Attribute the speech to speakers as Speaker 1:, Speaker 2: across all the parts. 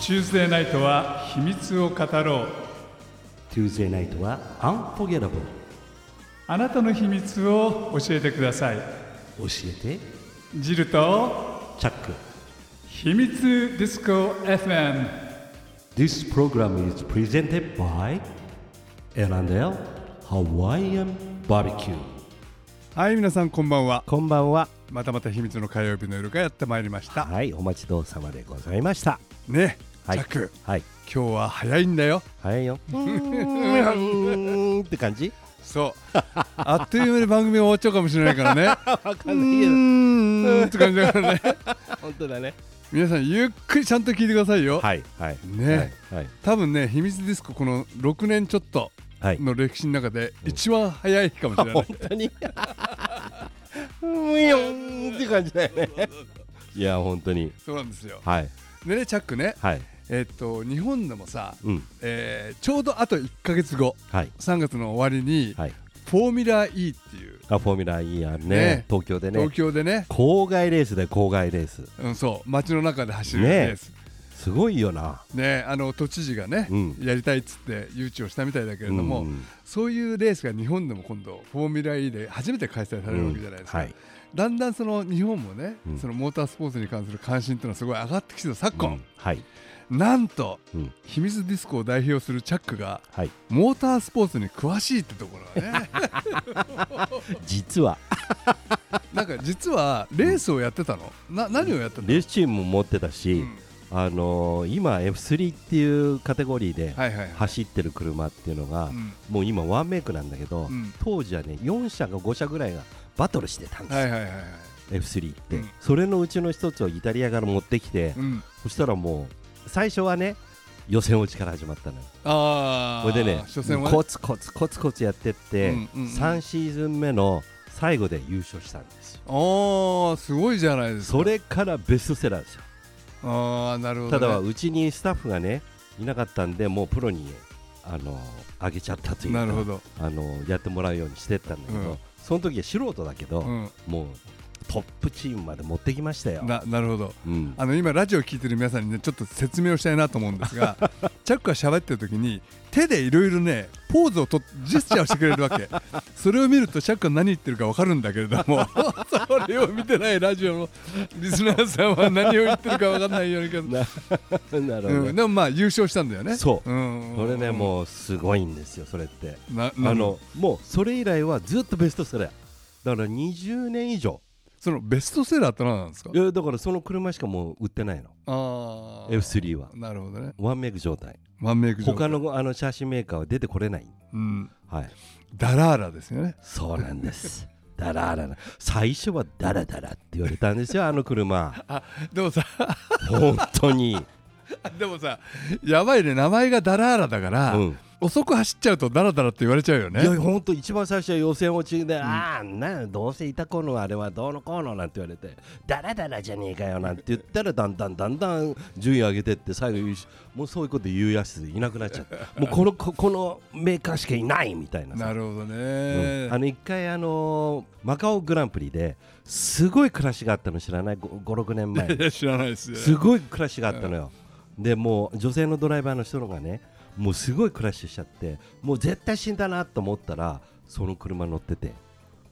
Speaker 1: チューズデーナイトは秘密を語ろう
Speaker 2: Tuesday night は Unforgettable
Speaker 1: あなたの秘密を教えてください
Speaker 2: 教えて
Speaker 1: ジルと
Speaker 2: チャック
Speaker 1: 秘密ディスコ FM
Speaker 2: This program is presented by L&L Hawaiian Barbecue
Speaker 1: はい皆さんこんばんは
Speaker 2: こんばんは
Speaker 1: またまた秘密の火曜日の夜がやってまいりました
Speaker 2: はいお待ちどうさまでございました
Speaker 1: ね
Speaker 2: は
Speaker 1: チ
Speaker 2: い
Speaker 1: ャック
Speaker 2: はい
Speaker 1: 今日は早いんだよ
Speaker 2: 早いようーんって感じ
Speaker 1: そう あっという間に番組終わっちゃうかもしれない からね
Speaker 2: わか
Speaker 1: うーんって感じだからね
Speaker 2: 本当だね
Speaker 1: 皆さんゆっくりちゃんと聞いてくださいよ、
Speaker 2: はいはい
Speaker 1: ね
Speaker 2: はい
Speaker 1: 多分ね秘密ディスコこの6年ちょっと
Speaker 2: はい
Speaker 1: の歴史の中で一番早いかもしれない、
Speaker 2: 本当にうんよんって感じだよね いや本当に
Speaker 1: そうなんですよ
Speaker 2: はい
Speaker 1: でねチャックね
Speaker 2: はい
Speaker 1: えっと日本でもさ、
Speaker 2: うん
Speaker 1: えーちょうどあと1か月後
Speaker 2: はい
Speaker 1: 3月の終わりに、
Speaker 2: はい
Speaker 1: フォーミュラー E っていう
Speaker 2: あフォーミュラー E やね
Speaker 1: ね
Speaker 2: 東京でね
Speaker 1: 東京でね、
Speaker 2: 郊外レースで郊外レース
Speaker 1: うん、そう街の中で走る
Speaker 2: ね
Speaker 1: レ
Speaker 2: え
Speaker 1: ース、
Speaker 2: すごいよな
Speaker 1: ねあの都知事がね、
Speaker 2: うん
Speaker 1: やりたいっつって誘致をしたみたいだけれども、
Speaker 2: うん
Speaker 1: そういうレースが日本でも今度フォーミュラー E で初めて開催されるわけじゃないですか、
Speaker 2: うんはい
Speaker 1: だんだんその日本もね、
Speaker 2: うん
Speaker 1: そのモータースポーツに関する関心っていうのはすごい上がってきてた昨今
Speaker 2: うん、はい
Speaker 1: なんと
Speaker 2: うん
Speaker 1: 秘密ディスコを代表するチャックが
Speaker 2: はい
Speaker 1: モータースポーツに詳しいってところは ね
Speaker 2: 実は
Speaker 1: なんか実はレースをやってたのな何をやってたの、
Speaker 2: レースチームも持ってたし
Speaker 1: うん
Speaker 2: あのー今 F3 っていうカテゴリーで
Speaker 1: はいはいはい、
Speaker 2: 走ってる車っていうのが
Speaker 1: うん
Speaker 2: もう今ワンメイクなんだけど
Speaker 1: うん
Speaker 2: 当時はね4社か5社ぐらいがバトルしてたんです
Speaker 1: はい
Speaker 2: よ
Speaker 1: はいはいはい
Speaker 2: F3 って、
Speaker 1: うん
Speaker 2: それのうちの一つをイタリアから持ってきて、
Speaker 1: うん
Speaker 2: そしたらもう最初はね予選落ちから始まったのよ
Speaker 1: あ
Speaker 2: こ
Speaker 1: あ
Speaker 2: れでね
Speaker 1: 初戦はね
Speaker 2: コツコツコツコツやってって、
Speaker 1: うんうんうん
Speaker 2: 3シーズン目の最後で優勝したんですよ
Speaker 1: ああすごいじゃないですか
Speaker 2: それからベストセラーですよ、
Speaker 1: ああなるほど、
Speaker 2: た
Speaker 1: ね、
Speaker 2: だはうちにスタッフがねいなかったんでもうプロにあのあげちゃったというか
Speaker 1: なるほど、
Speaker 2: あのやってもらうようにしてったんだけど、
Speaker 1: うん
Speaker 2: その時は素人だけど、
Speaker 1: うん、
Speaker 2: もうトップチームまで持ってきましたよ、
Speaker 1: ななるほど
Speaker 2: う ん、
Speaker 1: あの今ラジオ聞いてる皆さんにねちょっと説明をしたいなと思うんです がチャックが喋ってる時に手でいろいろねポーズをとジェスチャーをしてくれるわけそれを見るとチャックが何言ってるか分かるんだけれども それを見てないラジオのリスナーさんは何を言ってるか分かんないようにけど、
Speaker 2: な なるほど、
Speaker 1: うん、でもまあ優勝したんだよね
Speaker 2: そう
Speaker 1: うん
Speaker 2: これねもうすごいんですよそれって
Speaker 1: うな
Speaker 2: あ
Speaker 1: な
Speaker 2: のもうそれ以来はずっとベストセラーだから20年以上
Speaker 1: そのベストセラーって何なんですか
Speaker 2: いやだからその車しかもう売ってないの
Speaker 1: ああ
Speaker 2: F3 は
Speaker 1: なるほどね
Speaker 2: ワンメイク状態
Speaker 1: ワンメイク状
Speaker 2: 他のあの写真メーカーは出てこれない
Speaker 1: うん
Speaker 2: はい
Speaker 1: ダラーラですよね
Speaker 2: そうなんです ダラダラ最初はダラダラって言われたんですよあの車
Speaker 1: あでもさ
Speaker 2: 本当 に
Speaker 1: でもさやばいね名前がダラーラだから、
Speaker 2: うん
Speaker 1: 遅く走っちゃうとダラダラって言われちゃうよ
Speaker 2: い
Speaker 1: ね
Speaker 2: や本当一番最初は予選落ちで、ああなんどうせいたこのあれはどうのこうのなんて言われてダラダラじゃねえかよなんて言ったらだんだんだんだん順位上げてって最後優勝もうそういうこと言うやついなくなっちゃうもうこのこ このメーカーしかいないみたいなさ
Speaker 1: なるほどね、
Speaker 2: うんあの一回あのーマカオグランプリですごいクラッシュがあったの知らない56年前
Speaker 1: いや知らないですよ
Speaker 2: すごいクラッシュがあったのよ、でもう女性のドライバーの人のがねもうすごいクラッシュしちゃってもう絶対死んだなと思ったらその車乗ってて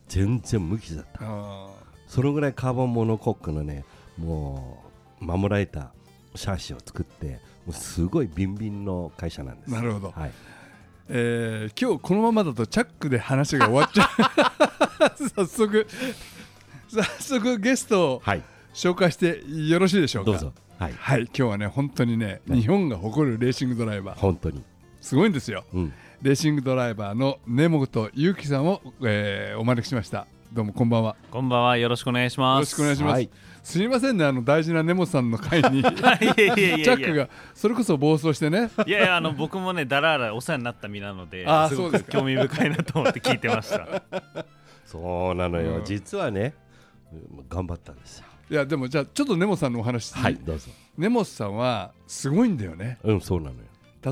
Speaker 2: 全然無傷だった
Speaker 1: あ
Speaker 2: そのぐらいカーボンモノコックのねもう守られたシャーシを作ってもうすごいビンビンの会社なんです
Speaker 1: なるほど
Speaker 2: はい、
Speaker 1: ーえー今日このままだとチャックで話が終わっちゃう 早速早速ゲストを
Speaker 2: はい、
Speaker 1: 紹介してよろしいでしょうか
Speaker 2: どうぞはい
Speaker 1: はい今日はね本当にね
Speaker 2: はい
Speaker 1: 日本が誇るレーシングドライバー
Speaker 2: 本当に
Speaker 1: すごいんですよ
Speaker 2: うん
Speaker 1: レーシングドライバーの根本祐希さんを、えーお招きしましたどうもこんばんは
Speaker 3: こんばんは、よろしくお願いし
Speaker 1: よ
Speaker 3: ま
Speaker 1: ろし
Speaker 3: す。
Speaker 1: くお願いします、
Speaker 2: はい
Speaker 1: すいませんねあの大事な根本さんの会に チャ
Speaker 3: いやいやいやいや
Speaker 1: ックがそれこそ暴走してね
Speaker 3: いやいや、あの、僕もね、だらだらお世話になった身なので、
Speaker 1: あー
Speaker 3: す
Speaker 1: そう
Speaker 3: ご
Speaker 1: で
Speaker 3: く
Speaker 1: すか
Speaker 3: 興味深いなと思って聞いて ました。
Speaker 2: そうなの
Speaker 1: う
Speaker 2: よ、
Speaker 1: ん
Speaker 2: 実はねうん頑張ったんですよ
Speaker 1: いやでもじゃあちょっと根本さんのお話、
Speaker 2: はいどうぞ
Speaker 1: 根本さんはすごいんだよね
Speaker 2: うんそうなのよ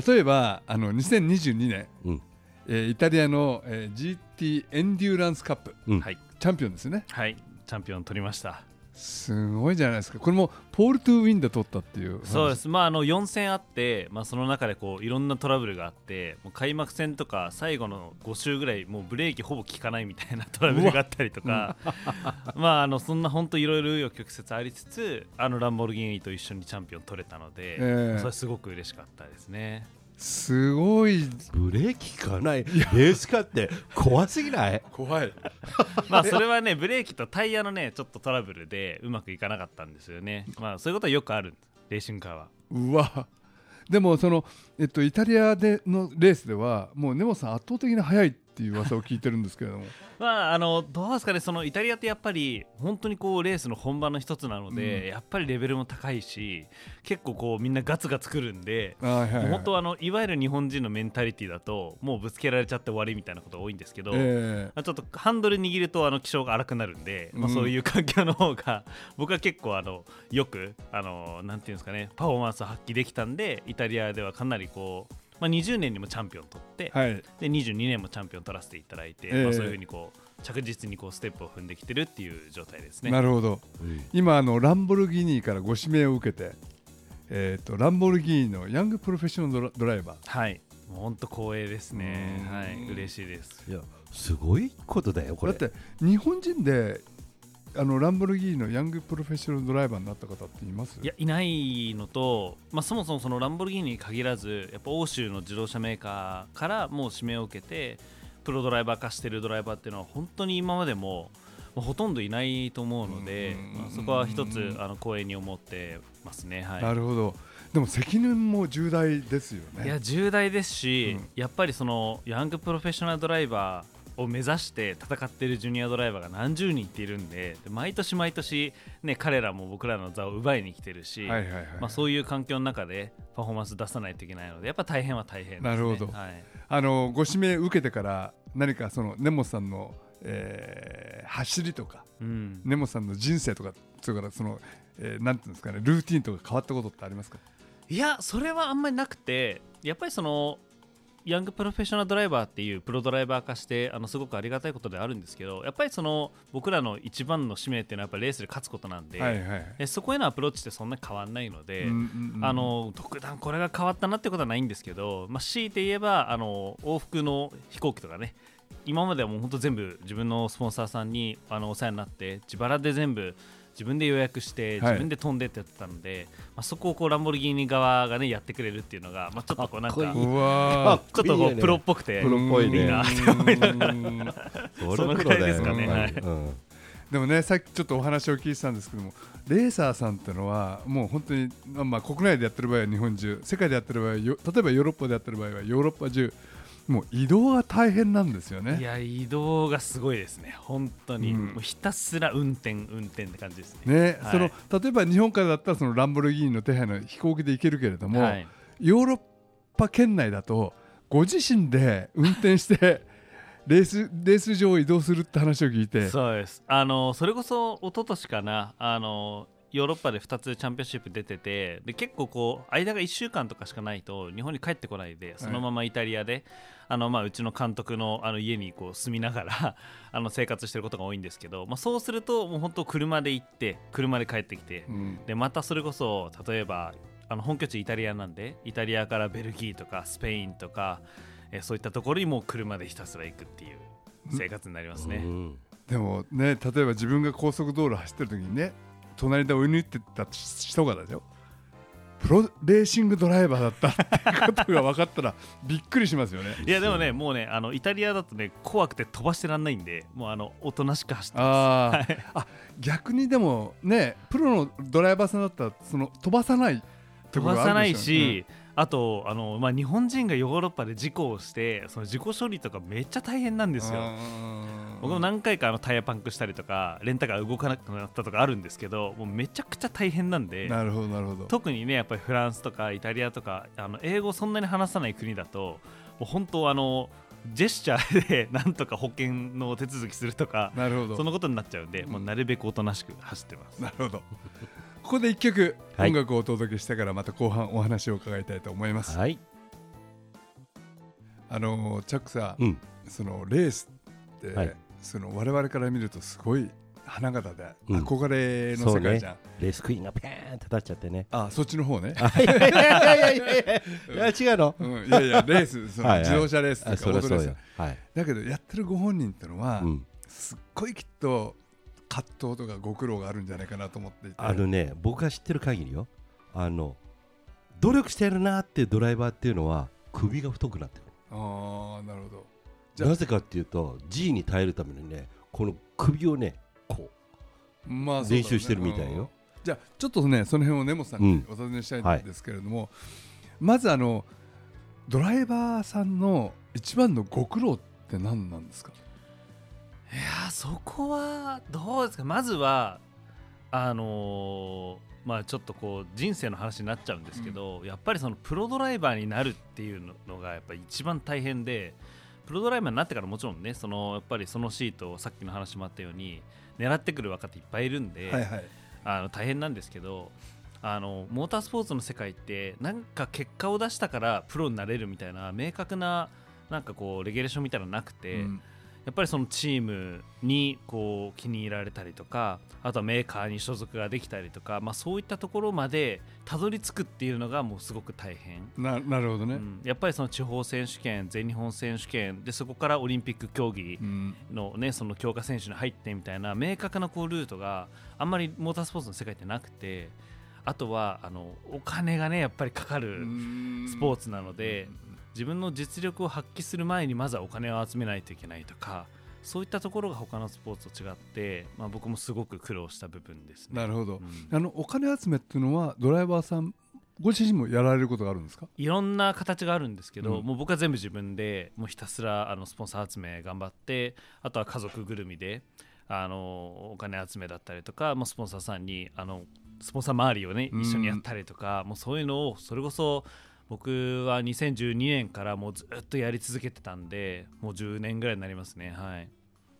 Speaker 1: 例えばあの2022年、
Speaker 2: うん
Speaker 1: えーイタリアの、えー GT エンデューランスカップ
Speaker 2: うん
Speaker 3: はい、
Speaker 1: チャンピオンですよね
Speaker 3: はい、チャンピオン取りました。
Speaker 1: すごいじゃないですかこれもポール・トゥ・ウィンで撮ったっていう
Speaker 3: そうですすまああの4戦あって、まあ、その中でこういろんなトラブルがあってもう開幕戦とか最後の5週ぐらいもうブレーキほぼ効かないみたいなトラブルがあったりとか、 まああのそんな本当いろいろ紆余曲折ありつつあのランボルギーニと一緒にチャンピオン取れたので、
Speaker 1: ええ
Speaker 3: それすごく嬉しかったですね。
Speaker 1: すごい
Speaker 2: ブレーキ効かないレースカーって怖すぎない
Speaker 1: 怖い
Speaker 3: まあそれはねブレーキとタイヤのねちょっとトラブルでうまくいかなかったんですよね。まあそういうことはよくあるレーシングカーは。
Speaker 1: うわでもその、えっと、イタリアでのレースではもう根本さん圧倒的に速いっていう噂を聞いてるんですけれども
Speaker 3: まあ、あのどうですかねそのイタリアってやっぱり本当にこうレースの本番の一つなので、
Speaker 1: うん
Speaker 3: やっぱりレベルも高いし結構こうみんなガツガツくるんで。
Speaker 1: あはいはい、はい、
Speaker 3: 本当はあのいわゆる日本人のメンタリティだともうぶつけられちゃって終わりみたいなことが多いんですけど、
Speaker 1: え
Speaker 3: まあちょっとハンドル握るとあの気性が荒くなるんで、まあ、
Speaker 1: うん
Speaker 3: そういう環境の方が 僕は結構あのよくあのなんていうんですかねパフォーマンスを発揮できたんでイタリアではかなりこう、まあ、20年にもチャンピオン取って、
Speaker 1: えはい
Speaker 3: で22年もチャンピオン取らせていただいて、
Speaker 1: ええ
Speaker 3: まあ、そういうふうにこう着実にこうステップを踏んできてるっていう状態ですね。
Speaker 1: なるほど今あのランボルギーニからご指名を受けて、えっとランボルギーニのヤングプロフェッショナルドラドライバー
Speaker 3: はい、もう本当光栄ですね。
Speaker 1: うん
Speaker 3: はい、嬉しいです。
Speaker 2: いやすごいことだよこ
Speaker 1: だ
Speaker 2: れ
Speaker 1: って日本人であのランボルギーニのヤングプロフェッショナルドライバーになった方っています
Speaker 3: いやいないのと、まあ、そもそもそのランボルギーニに限らずやっぱ欧州の自動車メーカーからもう指名を受けてプロドライバー化してるドライバーっていうのは本当に今までももうほとんどいないと思うので
Speaker 1: うん、
Speaker 3: まあ、そこは一つあの光栄に思ってますね。はい、
Speaker 1: なるほどでも責任も重大ですよね
Speaker 3: いや重大ですし、
Speaker 1: うん
Speaker 3: やっぱりそのヤングプロフェッショナルドライバーを目指して戦っているジュニアドライバーが何十人っているんでで毎年毎年、ね、彼らも僕らの座を奪いに来てるし、
Speaker 1: はいはいはい、
Speaker 3: まあ、そういう環境の中でパフォーマンス出さないといけないのでやっぱ大変は大変です、ね、
Speaker 1: なるほど
Speaker 3: はい、
Speaker 1: あのご指名受けてから何かその根本さんの、えー走りとか
Speaker 3: うん
Speaker 1: 根本さんの人生とかそれからその、えーなんていうんですかねルーティンとか変わったことってありますか
Speaker 3: いやそれはあんまりなくてやっぱりそのヤングプロフェッショナルドライバーっていうプロドライバー化してあのすごくありがたいことであるんですけどやっぱりその僕らの一番の使命っていうのはやっぱレースで勝つことなんで、
Speaker 1: はいはいはい
Speaker 3: でそこへのアプローチってそんな変わんないので、
Speaker 1: うんうんうん
Speaker 3: あの特段これが変わったなってことはないんですけど、まあ、強いて言えばあの往復の飛行機とかね今まではもう本当全部自分のスポンサーさんにあのお世話になって自腹で全部自分で予約して
Speaker 1: はい
Speaker 3: 自分で飛んでってやってたので、まあ、そこをこうランボルギーニ側がねやってくれるっていうのが、まあ、ちょっとこうなんか
Speaker 2: かっこいい
Speaker 1: うんうわ
Speaker 3: ちょっとこうプロっぽくて
Speaker 1: ー
Speaker 2: プロっぽいね
Speaker 1: うん
Speaker 2: いいな
Speaker 3: って思いなが
Speaker 1: うん
Speaker 2: それ
Speaker 3: その
Speaker 2: プ
Speaker 3: く
Speaker 2: ロ
Speaker 3: らい
Speaker 2: だ
Speaker 3: で
Speaker 2: よ
Speaker 3: す
Speaker 1: かね
Speaker 2: うん
Speaker 3: はい
Speaker 2: うん
Speaker 1: でもねさっきちょっとお話を聞いてたんですけどもレーサーさんってのはもう本当に、まあまあ、国内でやってる場合は日本中世界でやってる場合はよ例えばヨーロッパでやってる場合はヨーロッパ中もう移動が大変なんですよ
Speaker 3: い
Speaker 1: ね。
Speaker 3: や移動がすごいですね本当に、
Speaker 1: うん
Speaker 3: もうひたすら運転運転って感じですね
Speaker 1: ね
Speaker 3: はい
Speaker 1: その例えば日本からだったらそのランボルギーニの手配の飛行機で行けるけれども、
Speaker 3: はい
Speaker 1: ヨーロッパ圏内だとご自身で運転して レースレース場を移動するって話を聞いて
Speaker 3: そうですあのそれこそ一昨年かなあのヨーロッパで2つチャンピオンシップ出ててで結構こう間が1週間とかしかないと日本に帰ってこないでそのままイタリアで、あのまあ、うちの監督のあの家にこう住みながら あの生活してることが多いんですけど、まあ、そうするともう本当車で行って車で帰ってきて
Speaker 1: うん
Speaker 3: でまたそれこそ例えばあの本拠地イタリアなんでイタリアからベルギーとかスペインとか、えそういったところにもう車でひたすら行くっていう生活になりますね。
Speaker 2: うん
Speaker 1: でもね例えば自分が高速道路走ってる時にね隣で追い抜いてた人がだよプロレーシングドライバーだったってことが分かったらびっくりしますよね。
Speaker 3: いやでもね、もうね、あのイタリアだとね、怖くて飛ばしてらんないんで、もうあのおとなしく走ってま
Speaker 1: あー、あ逆にでもねプロのドライバーさんだったらその飛ばさない
Speaker 3: す。
Speaker 1: と
Speaker 3: 飛
Speaker 1: ころ
Speaker 3: ば
Speaker 1: が
Speaker 3: さ
Speaker 1: あ
Speaker 3: な
Speaker 1: るん
Speaker 3: い
Speaker 1: でしょうね、
Speaker 3: し、あとあの、まあ、日本人がヨーロッパで事故をして、その事故処理とかめっちゃ大変なんですよ。僕も
Speaker 1: な
Speaker 3: 何回かあのタイヤパンクしたりとか、レンタカー動かなくなったとかあるんですけど、もうめちゃくちゃ大変なんで、
Speaker 1: なるほどなるほど。
Speaker 3: 特にね、やっぱりフランスとかイタリアとか、あの英語そんなに話さない国だと、もう本当あの、ジェスチャーでなんとか保険の手続きするとか、
Speaker 1: なるほど
Speaker 3: そのことになっちゃうんで、もうなるべくおとなしく走ってます。
Speaker 1: なるほど。ここで一曲、
Speaker 2: はい
Speaker 1: 音楽をお届けしてからまた後半お話を伺いたいと思います。
Speaker 2: はい
Speaker 1: あのーチャックさん、
Speaker 2: うん
Speaker 1: そのレースって、
Speaker 2: はい
Speaker 1: その我々から見るとすごい花形で
Speaker 2: うん
Speaker 1: 憧れの
Speaker 2: そう
Speaker 1: 世界
Speaker 2: ね
Speaker 1: じゃん、
Speaker 2: レースクイーンがペーンって立っちゃってね
Speaker 1: あそっちの方ね、
Speaker 2: いやいやいやいやいや違うの
Speaker 1: うん、いやいやレースその
Speaker 2: はいはい
Speaker 1: 自動車レースと
Speaker 2: あ
Speaker 1: か
Speaker 2: そ
Speaker 1: オ
Speaker 2: り
Speaker 1: ー
Speaker 2: ゃ
Speaker 1: ト
Speaker 2: そ
Speaker 1: レー
Speaker 2: う
Speaker 1: ス
Speaker 2: よはい、
Speaker 1: だけどやってるご本人ってのは、
Speaker 2: うん、
Speaker 1: すっごいきっと葛藤とかご苦労があるんじゃないかなと思っていて
Speaker 2: あのね僕が知ってる限りよあの努力してるなっていうドライバーっていうのは首が太くなってく
Speaker 1: あーなるほどじゃあ
Speaker 2: るなぜかっていうと G に耐えるためにねこの首をねこ
Speaker 1: まあ
Speaker 2: う練習してるみたい、
Speaker 1: そうだね
Speaker 2: よ
Speaker 1: うんじゃあちょっとねその辺を根本さんにお尋ねした
Speaker 2: はい
Speaker 1: ん
Speaker 2: い
Speaker 1: ですけれども、まずあのドライバーさんの一番のご苦労って何なんですか
Speaker 3: いやーそこはどうですかまずはあのーまあちょっとこう人生の話になっちゃうんですけど、やっぱりそのプロドライバーになるっていうのがやっぱり一番大変でプロドライバーになってからもちろんねそのやっぱりそのシートをさっきの話もあったように狙ってくる若手いっぱいいるんで、
Speaker 1: はいはい
Speaker 3: あの大変なんですけどあのモータースポーツの世界ってなんか結果を出したからプロになれるみたいな明確ななんかこうレギュレーションみたいなのなくて。
Speaker 1: うん
Speaker 3: やっぱりそのチームにこう気に入られたりとかあとはメーカーに所属ができたりとか、まあ、そういったところまでたどり着くっていうのがもうすごく大変、
Speaker 1: ななるほど
Speaker 3: う
Speaker 1: ね、
Speaker 3: ん、やっぱりその地方選手権全日本選手権でそこからオリンピック競技
Speaker 1: うん
Speaker 3: の,、ね、その強化選手に入ってみたいな明確なこうルートがあんまりモータースポーツの世界ってなくてあとはあのお金がねやっぱりかかるスポー
Speaker 1: ツ
Speaker 3: ツなので。自分の実力を発揮する前にまずはお金を集めないといけないとかそういったところが他のスポーツと違って、まあ、僕もすごく苦労した部分ですね。
Speaker 1: なるほど、
Speaker 3: うん
Speaker 1: あのお金集めっていうのはドライバーさんご自身もやられることがあるんですか
Speaker 3: いろんな形があるんですけど、
Speaker 1: うん
Speaker 3: もう僕は全部自分でもうひたすらあのスポンサー集め頑張ってあとは家族ぐるみであのお金集めだったりとか、まあ、スポンサーさんにあのスポンサー周りをね
Speaker 1: うん
Speaker 3: 一緒にやったりとか、もうそういうのをそれこそ僕は2012年からもうずっとやり続けてたんでもう10年ぐらいになりますねはい。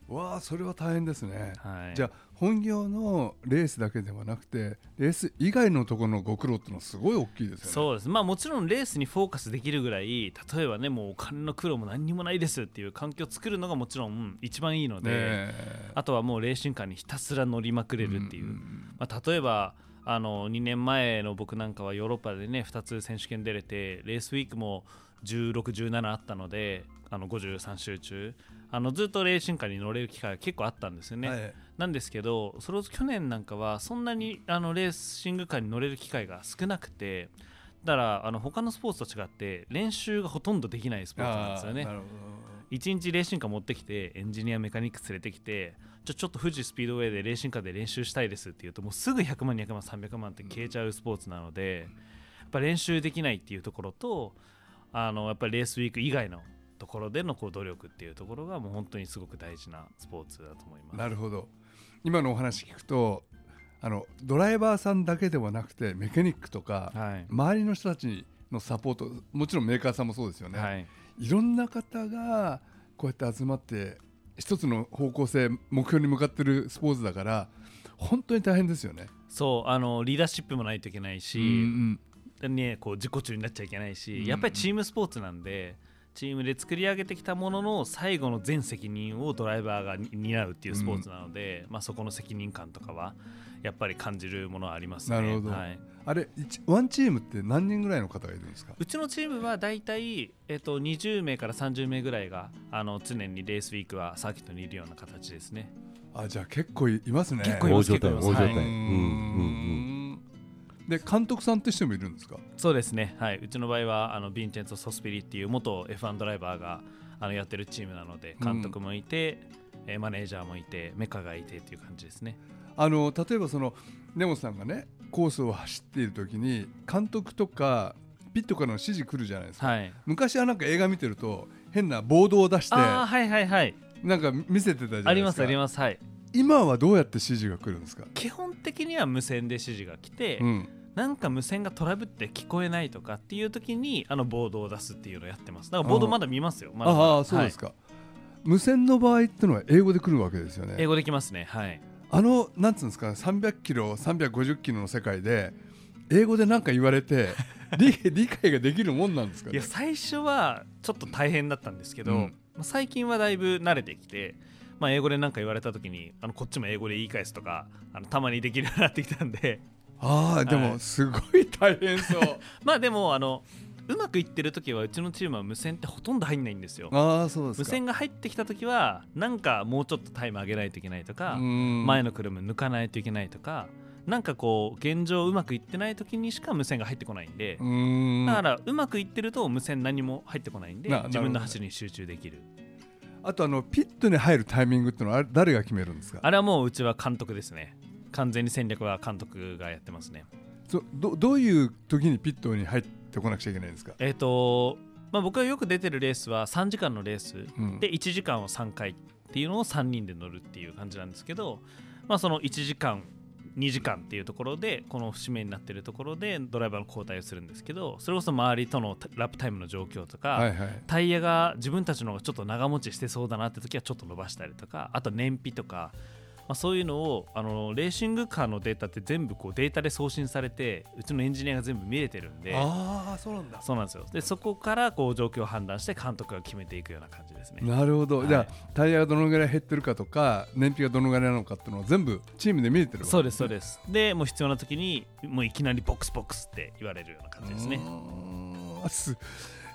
Speaker 1: わあそれは大変ですね、
Speaker 3: はい、
Speaker 1: じゃあ本業のレースだけではなくてレース以外のところのご苦労ってのはすごい大きいですよね
Speaker 3: そうですまあもちろんレースにフォーカスできるぐらい例えばねもうお金の苦労も何にもないですっていう環境を作るのがもちろん一番いいので、
Speaker 1: ねえ
Speaker 3: あとはもうレーシングカーにひたすら乗りまくれるっていう、
Speaker 1: ん
Speaker 3: まあ、例えばあの2年前の僕なんかはヨーロッパでね2つ選手権出れてレースウィークも1617あったのであの53周中あのずっとレーシングカーに乗れる機会が結構あったんですよね。
Speaker 1: はい
Speaker 3: なんですけどそれこそ去年なんかはそんなにあのレーシングカーに乗れる機会が少なくてだからあの他のスポーツと違って練習がほとんどできないスポーツなんですよ
Speaker 1: あーな
Speaker 3: ね
Speaker 1: るほ
Speaker 3: 1日レーシングカー持ってきてエンジニアメカニック連れてきてちょちょっと富士スピードウェイでレーシングカーで練習したいですって言うともうすぐ100万200万300万って消えちゃうスポーツなのでやっぱ練習できないっていうところとあのやっぱりレースウィーク以外のところでのこう努力っていうところがもう本当にすごく大事なスポーツだと思います
Speaker 1: ど。なるほど今のお話聞くとあのドライバーさんだけではなくてメカニックとか、
Speaker 3: はい
Speaker 1: 周りの人たちのサポートもちろんメーカーさんもそうですよね、
Speaker 3: はい、
Speaker 1: いろんな方がこうやって集まって一つの方向性目標に向かってるスポーツだから本当に大変ですよね。
Speaker 3: そうあのリーダーシップもないといけないし、
Speaker 1: うん
Speaker 3: ね、こう自己中になっちゃいけないし、
Speaker 1: うん
Speaker 3: やっぱりチームスポーツなんでチームで作り上げてきたものの最後の全責任をドライバーがに担うっていうスポーツなので、まあ、そこの責任感とかはやっぱり感じるものはありますね。
Speaker 1: なるほど
Speaker 3: はい、
Speaker 1: あれ一ワンチームって何人ぐらいの方がいるんですか
Speaker 3: うちのチームはだいたい、えっと、20名から30名ぐらいがあの常にレースウィークはサーキットにいるような形ですね。
Speaker 1: あじゃあ結構いいますね
Speaker 3: 結構いま
Speaker 2: 大
Speaker 3: す
Speaker 2: 状態大
Speaker 3: 結
Speaker 2: 状
Speaker 3: 構います
Speaker 2: 態、
Speaker 1: う
Speaker 2: う
Speaker 1: ー
Speaker 2: んうんうん
Speaker 1: んで監督さんって人もいるんですか
Speaker 3: そうですね、はい、うちの場合はあのヴィンチェンツォ・ソスピリっていう元 F1 ドライバーがあのやってるチームなので
Speaker 1: うん
Speaker 3: 監督もいて、えーマネージャーもいてメカがいてっていう感じですね
Speaker 1: あの例えばその根本さんがねコースを走っている時に監督とかピットからの指示来るじゃないですか、
Speaker 3: はい
Speaker 1: 昔はなんか映画見てると変なボードを出して
Speaker 3: ああ
Speaker 1: な
Speaker 3: はいはいはい
Speaker 1: んか見せてたじゃないですか
Speaker 3: ありますありますはい
Speaker 1: 今はどうやって指示が来るんですか、
Speaker 3: 基本的には無線で指示が来て、
Speaker 1: うん、
Speaker 3: なんか無線がトラブって聞こえないとかっていう時にあのボードを出すっていうのをやってますだからボードまだ見ますよまだまだ
Speaker 1: ああそうです
Speaker 3: は
Speaker 1: か、無線の場合ってのは英語で来るわけですよね
Speaker 3: い英語できますねはい
Speaker 1: あのなんつうんですか300キロ350キロの世界で英語で何か言われて 理理解ができるもんなんですか
Speaker 3: い
Speaker 1: ね
Speaker 3: や最初はちょっと大変だったんですけど、
Speaker 1: うん
Speaker 3: まあ最近はだいぶ慣れてきて、ままあ、英語で何か言われた時にあのこっちも英語で言い返すとかあのたまにできるようになってきたんで
Speaker 1: ああで
Speaker 3: は
Speaker 1: も
Speaker 3: い
Speaker 1: すごい大変 そう
Speaker 3: まあでもあのうまくいってる時はうちのチームは無線ってほとんど入んないんですよ。
Speaker 1: ああそうですか
Speaker 3: 無線が入ってきた時はなんかもうちょっとタイム上げないといけないとか、前
Speaker 1: 前
Speaker 3: の車抜かないといけないとかなんかこう現状うまくいってない時にしか無線が入ってこないんで、だからうまくいってると無線何も入ってこないんで
Speaker 1: な
Speaker 3: 自
Speaker 1: なる
Speaker 3: 分
Speaker 1: ほ
Speaker 3: の
Speaker 1: ど
Speaker 3: 走りに集中できる
Speaker 1: あとあのピットに入るタイミングってのはあれ誰が決めるんですか
Speaker 3: あれはもううちは監督ですね完全に戦略は監督がやってますね
Speaker 1: そどどういう時にピットに入ってこなくちゃいけないんですか、
Speaker 3: えっ、と、まあ、僕がよく出てるレースは3時間のレース
Speaker 1: うん
Speaker 3: で1時間を3回っていうのを3人で乗るっていう感じなんですけど、まあ、その1時間2時間っていうところでこの節目になってるところでドライバーの交代をするんですけどそれこそ周りとのラップタイムの状況とか、
Speaker 1: はいはい
Speaker 3: タイヤが自分たちの方がちょっと長持ちしてそうだなって時はちょっと伸ばしたりとかあと燃費とか、まあ、そういうのをあのレーシングカーのデータって全部こうデータで送信されてうちのエンジニアが全部見れてるんで
Speaker 1: ああそうなんだ
Speaker 3: そうなんですよでそこからこう状況を判断して監督が決めていくような感じですね。
Speaker 1: なるほど、
Speaker 3: はい
Speaker 1: じゃあタイヤがどのぐらい減ってるかとか燃費がどのぐらいなのかっていうのを全部チームで見れてるわけ
Speaker 3: そうですそうですでもう必要な時にもういきなりボックスボックスって言われるような感じですね
Speaker 1: うーんす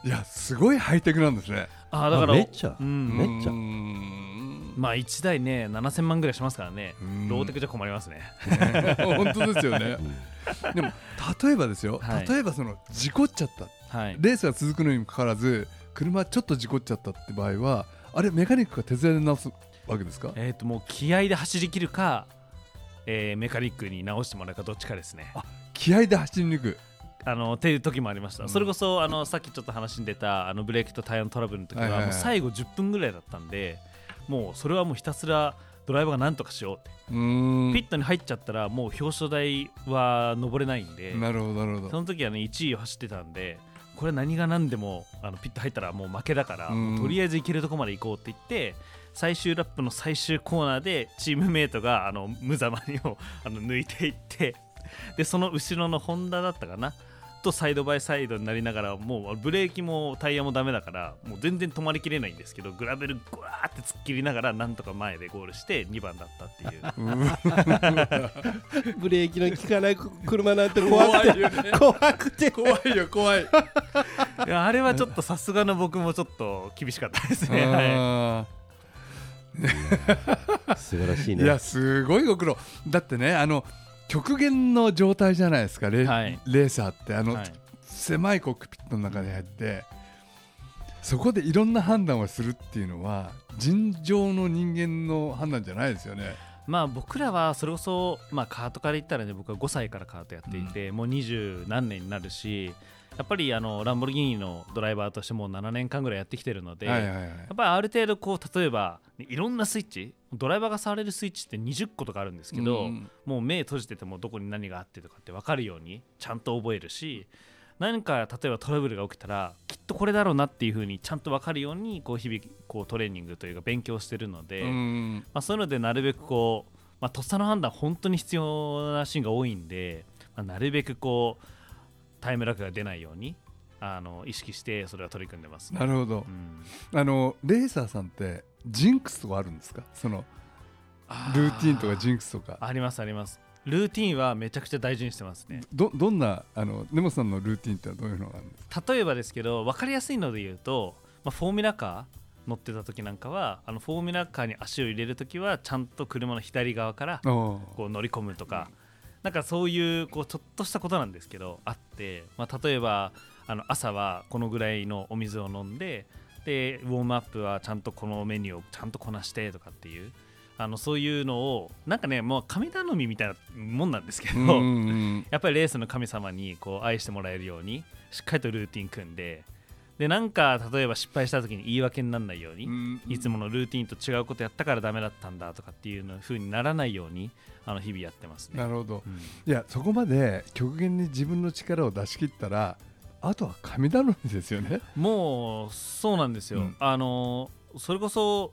Speaker 1: いやすごいハイテクなんですね
Speaker 3: ああだから
Speaker 2: あめっちゃ
Speaker 3: うん、
Speaker 2: めっちゃ
Speaker 1: うーん
Speaker 3: まあ1台ね7000万ぐらいしますからね
Speaker 1: うん
Speaker 3: ローテクじゃ困りますね
Speaker 1: 本当ですよねでも例えばですよ、
Speaker 3: はい
Speaker 1: 例えばその事故っちゃった
Speaker 3: はい
Speaker 1: レースが続くのにもかかわらず車ちょっと事故っちゃったって場合はあれメカニックが手伝いで直すわけですか
Speaker 3: えっ、ともう気合で走り切るか、えーメカニックに直してもらうかどっちかですね
Speaker 1: あ気合で走り抜く
Speaker 3: あのっていう時もありました、
Speaker 1: うん
Speaker 3: それこそあのさっきちょっと話に出たあのブレーキとタイヤのトラブルの時は,、
Speaker 1: はいはいはい
Speaker 3: もう最後10分ぐらいだったんでもうそれはもうひたすらドライバーがなんとかしようって、
Speaker 1: うーん
Speaker 3: ピットに入っちゃったらもう表彰台は登れないんで
Speaker 1: なるほどなるほ
Speaker 3: そ
Speaker 1: ど
Speaker 3: の時はね1位を走ってたんでこれは何が何でもあのピット入ったらもう負けだから、
Speaker 1: うん
Speaker 3: とりあえず行けるとこまで行こうって言って最終ラップの最終コーナーでチームメートがあの無様にをあの抜いていってでその後ろのホンダだったかなとサイドバイサイドになりながらもうブレーキもタイヤもダメだからもう全然止まりきれないんですけどグラベルグワーって突っ切りながらなんとか前でゴールして2番だったっていう
Speaker 1: うー
Speaker 2: ブレーキの効かない 車なんて怖くて怖くて
Speaker 1: 怖いよ怖い
Speaker 3: いやあれはちょっとさすがの僕もちょっと厳しかったです ね。はい
Speaker 1: あ
Speaker 2: 素晴らしい
Speaker 1: ーいやすごいご苦労だってねあの極限の状態じゃないですかレ,、
Speaker 3: はい
Speaker 1: レーサーってあの、
Speaker 3: はい
Speaker 1: 狭いコックピットの中に入ってそこでいろんな判断をするっていうのは尋常の人間の判断じゃないですよね。
Speaker 3: まあ僕らはそれこそ、まあ、カートから言ったらね僕は5歳からカートやっていて、もう二十何年になるしやっぱりあのランボルギーニのドライバーとしてもう7年間ぐらいやってきてるので、
Speaker 1: はいはい
Speaker 3: や
Speaker 1: はい、
Speaker 3: っぱりある程度こう例えばいろんなスイッチドライバーが触れるスイッチって20個とかあるんですけ
Speaker 1: う
Speaker 3: ど、
Speaker 1: ん
Speaker 3: もう目閉じててもどこに何があってとかって分かるようにちゃんと覚えるし何か例えばトラブルが起きたらきっとこれだろうなっていうふうにちゃんと分かるようにこう日々こうトレーニングというか勉強してるので。
Speaker 1: うん
Speaker 3: まあ、そういうのでなるべくこう、まあ、とっさの判断本当に必要なシーンが多いんで、まあ、なるべくこうタイムラグが出ないようにあの意識してそれは取り組んでます、
Speaker 1: なるほど
Speaker 3: う、ん
Speaker 1: あのレーサーさんってジンクスとかあるんですかそのルーティンとかジンクスとか
Speaker 3: ありますありますルーティンはめちゃくちゃ大事にしてますね
Speaker 1: どどんなあの根本さんのルーティンってのはどういうのがあるんですか
Speaker 3: 例えばですけど分かりやすいので言うと、まあ、フォーミュラカー乗ってた時なんかはあのフォーミュラカーに足を入れる時はちゃんと車の左側から
Speaker 1: お
Speaker 3: こう乗り込むとか、なんかそういうこうちょっとしたことなんですけどあって、まあ、例えばあの朝はこのぐらいのお水を飲んででウォームアップはちゃんとこのメニューをちゃんとこなしてとかっていうあのそういうのをなんかねもう神頼みみたいなもんなんですけど、
Speaker 1: うんうん
Speaker 3: やっぱりレースの神様にこう愛してもらえるようにしっかりとルーティン組んででなんか例えば失敗した時に言い訳にならないように。
Speaker 1: うん
Speaker 3: いつものルーティンと違うことやったからダメだったんだとかっていうの風にならないようにあの日々やってますね。
Speaker 1: なるほど
Speaker 3: うん
Speaker 1: いやそこまで極限に自分の力を出し切ったらあとは神頼みですよね。
Speaker 3: もうそうなんですよ、
Speaker 1: うん
Speaker 3: あのそれこそ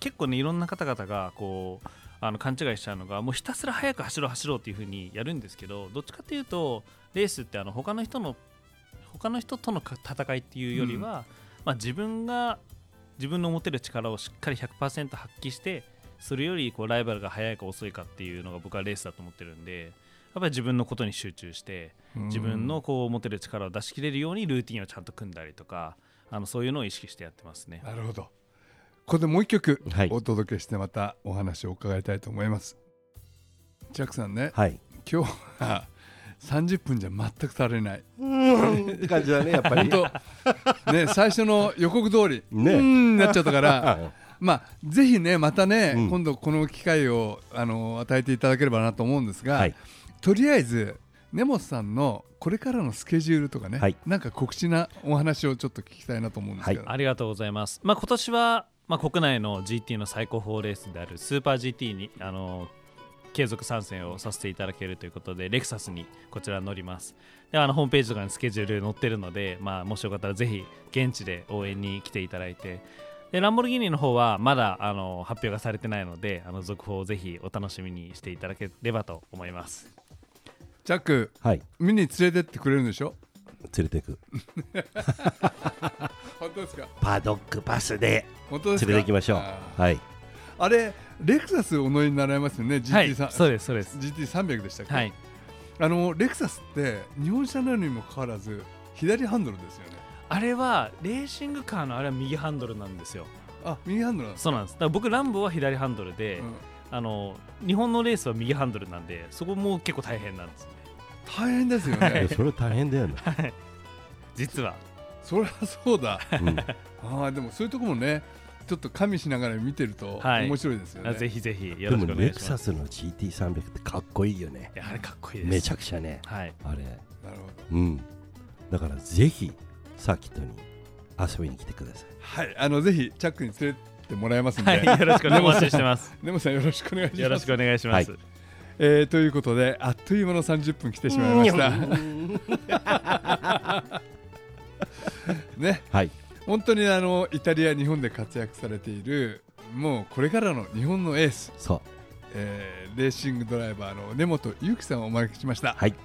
Speaker 3: 結構ねいろんな方々がこうあの勘違いしちゃうのがもうひたすら速く走ろう走ろうっていう風にやるんですけどどっちかっていうとレースってあの他の人の他の人との戦いっていうよりは、まあ、自分が自分の持てる力をしっかり100%発揮してそれよりこうライバルが速いか遅いかっていうのが僕はレースだと思ってるんでやっぱり自分のことに集中して自分のこう持てる力を出し切れるようにルーティンをちゃんと組んだりとかあのそういうのを意識してやってますね。
Speaker 1: なるほどここでもう一曲
Speaker 2: はい
Speaker 1: お届けしてまたお話を伺いたいと思います、ジャックさんね
Speaker 2: はい
Speaker 1: 今日は30分じゃ全く足りない
Speaker 2: うんって感じだねやっぱり
Speaker 1: 本当ね最初の予告通 り
Speaker 2: ね
Speaker 1: うーんなっちゃったから
Speaker 2: あ
Speaker 1: まあぜひねまたね、
Speaker 2: うん
Speaker 1: 今度この機会をあの与えていただければなと思うんですが、
Speaker 2: はい
Speaker 1: とりあえず根本さんのこれからのスケジュールとかね、
Speaker 2: はい
Speaker 1: なんか告知なお話をちょっと聞きたいなと思うんですけど、
Speaker 3: ありがとうございます。まあ、今年は、まあ、国内の GT の最高峰レースであるスーパー GT にあの継続参戦をさせていただけるということで、レクサスにこちら乗ります。であのホームページとかにスケジュール載ってるので、まあ、もしよかったらぜひ現地で応援に来ていただいて、でランボルギーニの方はまだあの発表がされてないので、あの続報をぜひお楽しみにしていただければと思います。
Speaker 1: ジャック
Speaker 2: はい
Speaker 1: 見に連れてってくれるんでしょ
Speaker 2: 連れてく
Speaker 1: 本当ですか
Speaker 2: パドックバスで
Speaker 1: 本当で
Speaker 2: 連
Speaker 1: す
Speaker 2: れ
Speaker 1: か
Speaker 2: て行きましょ
Speaker 1: あ
Speaker 2: うはい
Speaker 1: ーあれレクサスお乗りになられますよね GT300、
Speaker 3: はい、そうです、そうです。
Speaker 1: GT300 でしたっけ、
Speaker 3: はい、
Speaker 1: あのレクサスって日本車なのにもかかわらず左ハンドルですよね
Speaker 3: あれはレーシングカーのあれは右ハンドルなんですよ。
Speaker 1: あ右ハンドルなんです
Speaker 3: そうなんですだから僕ランボは左ハンドルで、
Speaker 1: うん
Speaker 3: あの日本のレースは右ハンドルなんでそこも結構大変なんですね
Speaker 1: 大変ですよね、
Speaker 2: いやそれ大変だよね、
Speaker 3: 実は
Speaker 1: そりゃそうだ
Speaker 2: うん
Speaker 1: あーでもそういうとこもねちょっと加味しながら見てると
Speaker 3: はい
Speaker 1: 面白いですよね、
Speaker 3: あぜひぜひ
Speaker 2: で
Speaker 3: よろしく
Speaker 2: も
Speaker 3: お願
Speaker 2: レ
Speaker 3: い
Speaker 2: ク
Speaker 3: しま
Speaker 2: サス
Speaker 3: す
Speaker 2: の GT300 ってかっこいいよね
Speaker 3: いやあれかっこいいです
Speaker 2: めちゃくちゃね
Speaker 3: はい
Speaker 2: あれ
Speaker 1: なるほど
Speaker 2: うんだからぜひサーキットに遊びに来てください
Speaker 1: はいあのぜひチャックに連れてってもらえますんで、
Speaker 3: はいよろしくお 願いお待ちしてます
Speaker 1: 根本さんよろしくお願いします
Speaker 3: よろしくお願いします、
Speaker 2: は
Speaker 1: えーということであっという間の30分来てしまいました
Speaker 2: う
Speaker 1: ね
Speaker 2: はい
Speaker 1: 本当にあのイタリア日本で活躍されているもうこれからの日本のエース、
Speaker 2: そう
Speaker 1: えーレーシングドライバーの根本裕樹さんをお招きしました
Speaker 2: はい
Speaker 1: 今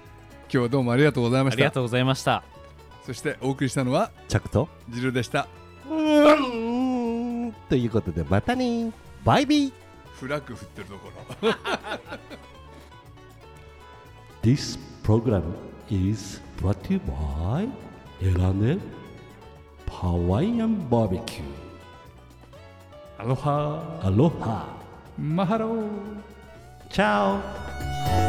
Speaker 1: 日はどうもありがとうございま
Speaker 3: あ
Speaker 1: し
Speaker 3: りが
Speaker 1: た
Speaker 3: とうございました
Speaker 1: そしてお送りしたのは
Speaker 2: 着と
Speaker 1: ジルでした
Speaker 2: ということでまたねバイビー
Speaker 1: フラッグ振ってるところ
Speaker 2: This program is brought to you by エラネハワイアンバーベキューアロハアロハ
Speaker 1: マハロー
Speaker 2: チャオ